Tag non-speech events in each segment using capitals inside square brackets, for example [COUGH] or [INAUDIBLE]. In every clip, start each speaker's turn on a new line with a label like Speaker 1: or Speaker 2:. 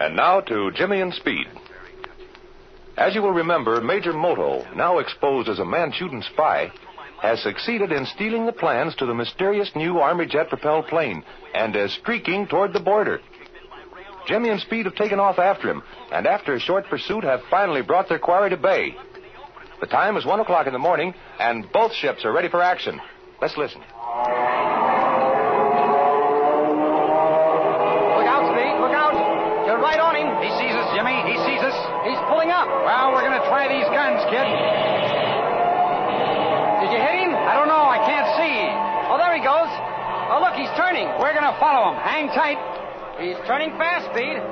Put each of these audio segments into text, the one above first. Speaker 1: And now to Jimmy and Speed. As you will remember, Major Moto, now exposed as a Manchutan spy, has succeeded in stealing the plans to the mysterious new Army jet propelled plane and is streaking toward the border. Jimmy and Speed have taken off after him, and after a short pursuit, have finally brought their quarry to bay. The time is one o'clock in the morning, and both ships are ready for action. Let's listen.
Speaker 2: Look out, Speed. Look out. You're right on him. He sees us, Jimmy. He sees us. He's pulling up. Well, we're going to try these guns, kid. Did you hit him? I don't know. I can't see. Oh, there he goes. Oh, look, he's turning. We're going to follow him. Hang tight. He's turning fast, Speed.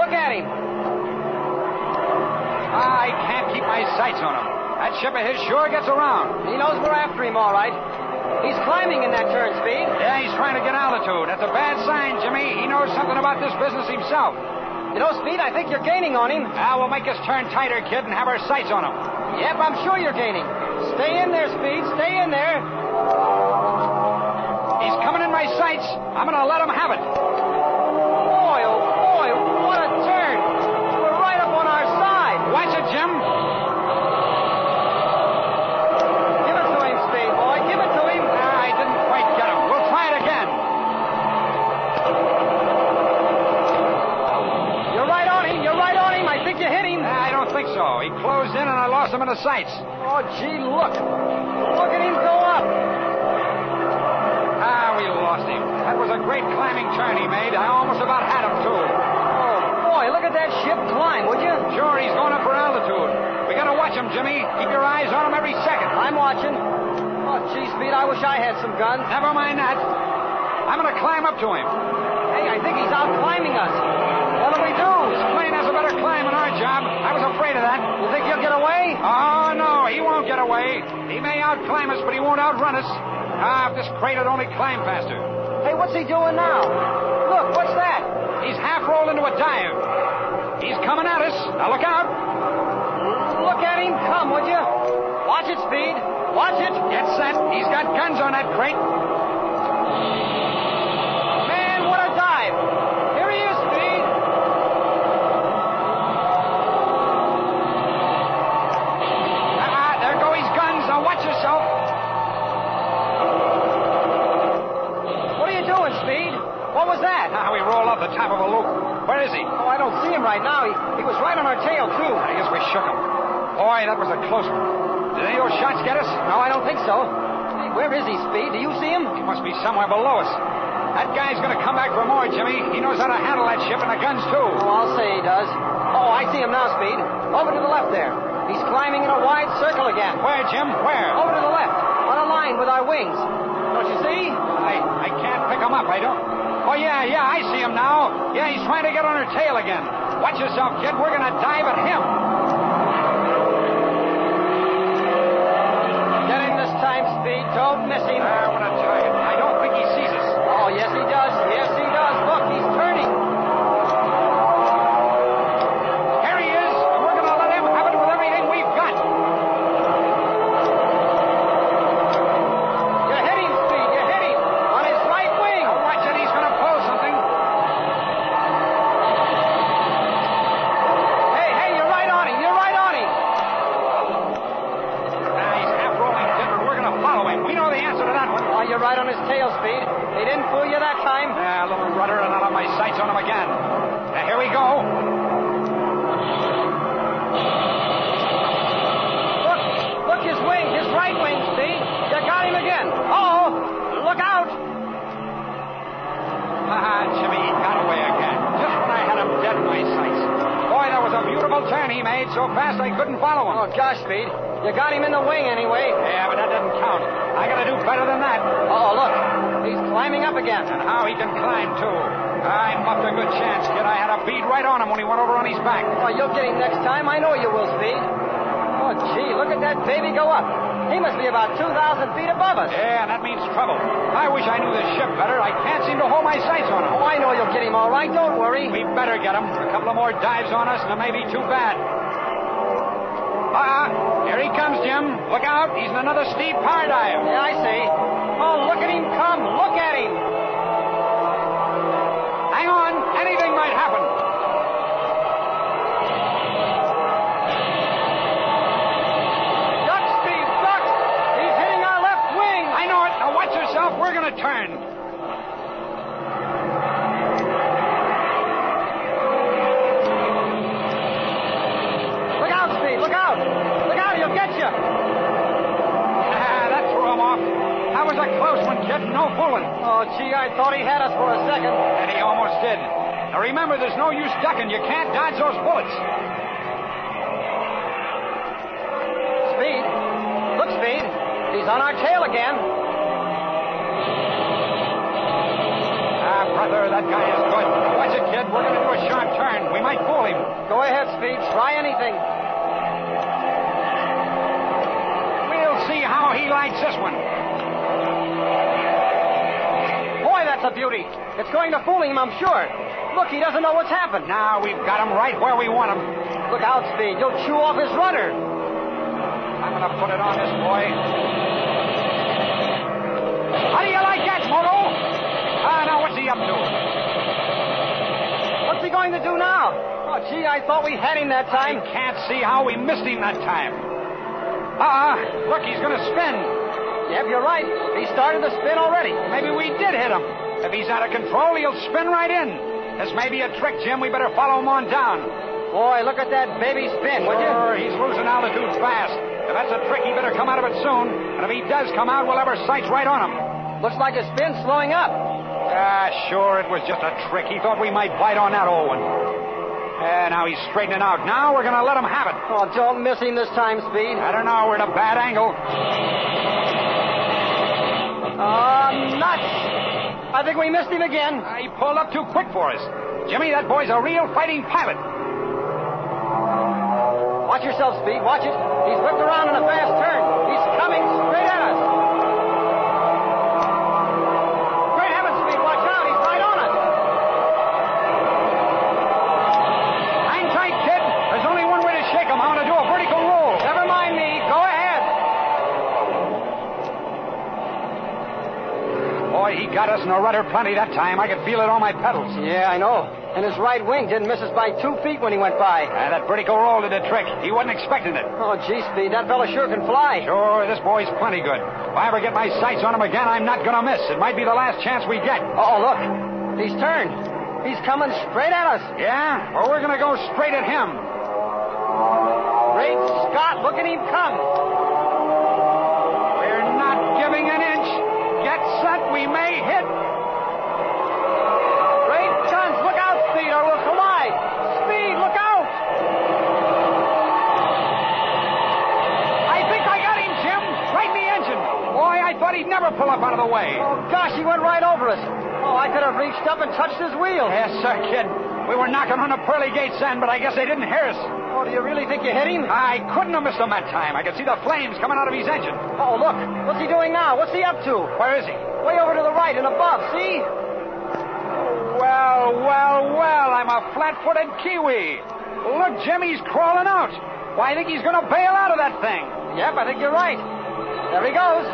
Speaker 2: Look at him. Ah, I can't keep my sights on him. That ship of his sure gets around. He knows we're after him, all right. He's climbing in that turn, Speed. Yeah, he's trying to get altitude. That's a bad sign, Jimmy. He knows something about this business himself. You know, Speed, I think you're gaining on him. Ah, we'll make us turn tighter, kid, and have our sights on him. Yep, I'm sure you're gaining. Stay in there, Speed. Stay in there. He's coming in my sights. I'm going to let him have it. Boy, oh boy, what a turn. We're right up on our side. Watch it, Jim. Give it to him, Spade boy. Give it to him. Ah, I didn't quite get him. We'll try it again. You're right on him. You're right on him. I think you hit him. Ah, I don't think so. He closed in and I lost him in the sights. Oh, gee, look. Look at him go up. Ah, we lost him. That was a great climbing turn he made. I almost about had him, too. Oh, boy, look at that ship climb, would you? Sure, he's going up for altitude. We gotta watch him, Jimmy. Keep your eyes on him every second. I'm watching. Oh, gee, Speed, I wish I had some guns. Never mind that. I'm gonna climb up to him. Hey, I think he's out climbing us. What'll we do? This plane has a better climb than our job. I was afraid of that. You think he'll get away? Oh, no, he won't get away. He may outclimb us, but he won't outrun us. Ah, if this crate had only climbed faster. Hey, what's he doing now? Look, what's that? He's half rolled into a dive. He's coming at us. Now look out. Look at him come, would you? Watch it, Speed. Watch it. Get set. He's got guns on that crate. Man, what a dive. Here he is, Speed. Ah, there go his guns. Now watch yourself. What are you doing, Speed? What was that? Now we roll up the top of a loop. Where is he? Oh, I don't see him right now. He, he was right on our tail, too. I guess we shook him. Boy, that was a close one. Did any of those shots get us? No, I don't think so. Hey, where is he, Speed? Do you see him? He must be somewhere below us. That guy's going to come back for more, Jimmy. He knows how to handle that ship and the guns, too. Oh, I'll say he does. Oh, I see him now, Speed. Over to the left there. He's climbing in a wide circle again. Where, Jim? Where? Over to the left, on a line with our wings. Don't you see? I, I can't pick him up. I don't. Oh, yeah, yeah, I see him now. Yeah, he's trying to get on her tail again. Watch yourself, kid. We're going to dive at him. Get him this time, Speed. Don't miss him. I want to tell you. I don't think he sees us. Oh, yes, he does. Yes, he does. Look, he's turning. Here he is. and We're going to let him have it with everything we've got. You hit him, Speed. You hit him. On his right wing. Now watch it. He's going to pull something. Hey, hey, you're right on him. You're right on him. Nah, he's half rolling, Jim, and we're going to follow him. We know the answer to that one. Oh, you're right on his tail, Speed. They didn't fool you that time. Yeah, a little rudder, and I'll have my sights on him again. Now, here we go. Look, look, his wing, his right wing, Speed. You got him again. Oh, look out. Ah, Jimmy, he got away again. Just when I had him dead in my sights. Boy, that was a beautiful turn he made so fast I couldn't follow him. Oh, gosh, Speed. You got him in the wing anyway. Yeah, but that doesn't count. I gotta do better than that. Oh, look. He's climbing up again. And how he can climb, too. I muffed a good chance, kid. I had a bead right on him when he went over on his back. Oh, you'll get him next time. I know you will, Speed. Oh, gee, look at that baby go up. He must be about 2,000 feet above us. Yeah, and that means trouble. I wish I knew this ship better. I can't seem to hold my sights on him. Oh, I know you'll get him all right. Don't worry. We better get him. A couple of more dives on us, and it may be too bad. Ah, here he comes, Jim. Look out. He's in another steep power dive. Yeah, I see. Oh, look at him come. Look at him. Hang on. Anything might happen. [LAUGHS] Ah,
Speaker 3: was a close one, kid. No fooling.
Speaker 2: Oh, gee, I thought he had us for a second.
Speaker 3: And he almost did. Now remember, there's no use ducking. You can't dodge those bullets.
Speaker 2: Speed. Look, Speed. He's on our tail again.
Speaker 3: Ah, brother, that guy is good. Watch it, kid. We're going to do a sharp turn. We might fool him.
Speaker 2: Go ahead, Speed. Try anything.
Speaker 3: We'll see how he lights this one.
Speaker 2: Boy, that's a beauty. It's going to fool him, I'm sure. Look, he doesn't know what's happened.
Speaker 3: Now we've got him right where we want him.
Speaker 2: Look out, Speed. You'll chew off his rudder.
Speaker 3: I'm going to put it on this boy. How do you like that, Moto? Ah, now what's he up to?
Speaker 2: What's he going to do now? Oh, gee, I thought we had him that
Speaker 3: I
Speaker 2: time.
Speaker 3: can't see how we missed him that time. Ah, look, he's going to spin.
Speaker 2: Yep, you're right. He started the spin already.
Speaker 3: Maybe we did hit him. If he's out of control, he'll spin right in. This may be a trick, Jim. We better follow him on down.
Speaker 2: Boy, look at that baby spin, would you?
Speaker 3: Sure, he's losing altitude fast. If that's a trick, he better come out of it soon. And if he does come out, we'll have our sights right on him.
Speaker 2: Looks like his spin's slowing up.
Speaker 3: Ah, sure, it was just a trick. He thought we might bite on that old one. Ah, now he's straightening out. Now we're going to let him have it.
Speaker 2: Oh, don't miss him this time, Speed.
Speaker 3: I don't know. We're at a bad angle.
Speaker 2: Oh, nuts! I think we missed him again.
Speaker 3: Ah, He pulled up too quick for us. Jimmy, that boy's a real fighting pilot.
Speaker 2: Watch yourself, Speed. Watch it. He's whipped around in a fast turn. He's coming straight at us. Great heavens, Speed. Watch out. He's right on us.
Speaker 3: Hang tight, kid. There's only one way to shake him. I want to do a vertical roll.
Speaker 2: Never mind me. Go ahead.
Speaker 3: Boy, he got us in a rudder plenty that time. I could feel it on my pedals.
Speaker 2: Yeah, I know. And his right wing didn't miss us by two feet when he went by.
Speaker 3: Ah, that vertical roll did a trick. He wasn't expecting it.
Speaker 2: Oh, gee, Speed. That fella sure can fly.
Speaker 3: Sure, this boy's plenty good. If I ever get my sights on him again, I'm not going to miss. It might be the last chance we get.
Speaker 2: Oh, look. He's turned. He's coming straight at us.
Speaker 3: Yeah? Well, we're going to go straight at him.
Speaker 2: Great Scott, look at him come.
Speaker 3: We're not giving an inch. Get set, we may hit.
Speaker 2: Great guns, look out, Speed, or we'll collide. Speed, look out.
Speaker 3: I think I got him, Jim. Right in the engine. Boy, I thought he'd never pull up out of the way.
Speaker 2: Oh, gosh, he went right over us. Oh, I could have reached up and touched his wheel.
Speaker 3: Yes, sir, kid. We were knocking on the pearly gates then, but I guess they didn't hear us.
Speaker 2: Oh, do you really think you hit him?
Speaker 3: I couldn't have missed him that time. I could see the flames coming out of his engine.
Speaker 2: Oh, look. What's he doing now? What's he up to?
Speaker 3: Where is he?
Speaker 2: Way over to the right and above, see?
Speaker 3: Well, well, well, I'm a flat-footed Kiwi. Look, Jimmy's crawling out. Why, I think he's going to bail out of that thing.
Speaker 2: Yep, I think you're right. There he goes.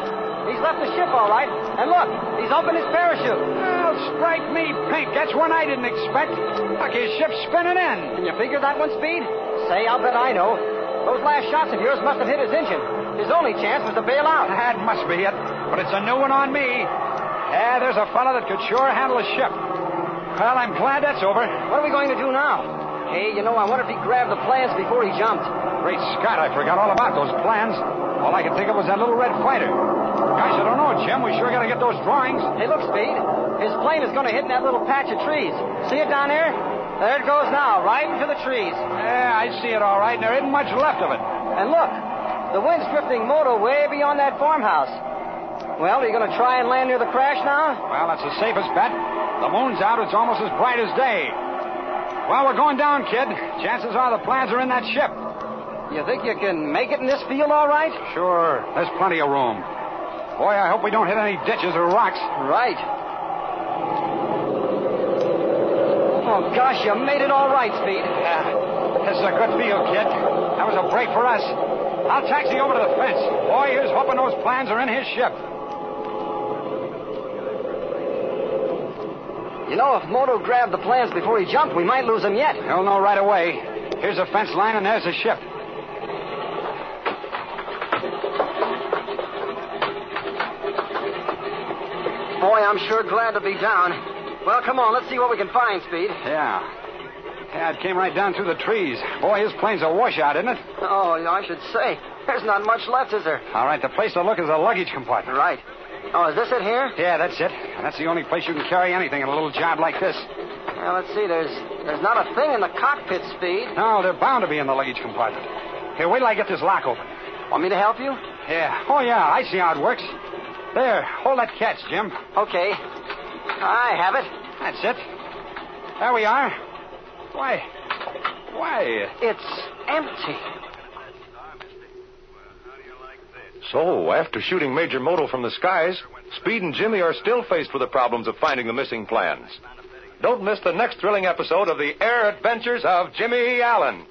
Speaker 2: He's left the ship, all right. And look, he's opened his parachute.
Speaker 3: Well, strike me pink. That's one I didn't expect. Look, his ship's spinning in.
Speaker 2: Can you figure that one, Speed? Say, I'll bet I know. Those last shots of yours must have hit his engine. His only chance was to bail out.
Speaker 3: That must be it. But it's a new one on me. Yeah, there's a fella that could sure handle a ship. Well, I'm glad that's over.
Speaker 2: What are we going to do now? Hey, you know, I wonder if he grabbed the plans before he jumped.
Speaker 3: Great Scott, I forgot all about those plans. All I could think of was that little red fighter. Gosh, I don't know, Jim. We sure got to get those drawings.
Speaker 2: Hey, look, Speed. His plane is going to hit in that little patch of trees. See it down there? There it goes now, right into the trees.
Speaker 3: Yeah, I see it all right, and there isn't much left of it.
Speaker 2: And look, the wind's drifting motor way beyond that farmhouse. Well, are you going to try and land near the crash now?
Speaker 3: Well, that's the safest bet. The moon's out. It's almost as bright as day. Well, we're going down, kid. Chances are the plans are in that ship.
Speaker 2: You think you can make it in this field all right?
Speaker 3: Sure, there's plenty of room. Boy, I hope we don't hit any ditches or rocks.
Speaker 2: Right. Oh, gosh, you made it all right, Speed.
Speaker 3: Yeah, this is a good field, kid. That was a break for us. I'll taxi over to the fence. Boy, here's hoping those plans are in his ship.
Speaker 2: You know, if Moto grabbed the plans before he jumped, we might lose him yet.
Speaker 3: He'll know right away. Here's the fence line, and there's the ship.
Speaker 2: Boy, I'm sure glad to be down. Well, come on, let's see what we can find, Speed.
Speaker 3: Yeah. Yeah, it came right down through the trees. Boy, his plane's a washout, isn't it?
Speaker 2: Oh, I should say. [LAUGHS] There's not much left, is there?
Speaker 3: All right, the place to look is the luggage compartment.
Speaker 2: Right. Oh, is this it here?
Speaker 3: Yeah, that's it. That's the only place you can carry anything in a little job like this.
Speaker 2: Well, let's see. There's there's not a thing in the cockpit, Speed.
Speaker 3: No, they're bound to be in the luggage compartment. Here, wait till I get this lock open.
Speaker 2: Want me to help you?
Speaker 3: Yeah. Oh, yeah, I see how it works. There, hold that catch, Jim.
Speaker 2: Okay. I have it.
Speaker 3: That's it. There we are. Why? Why?
Speaker 2: It's empty.
Speaker 1: So, after shooting Major Moto from the skies, Speed and Jimmy are still faced with the problems of finding the missing plans. Don't miss the next thrilling episode of the Air Adventures of Jimmy Allen.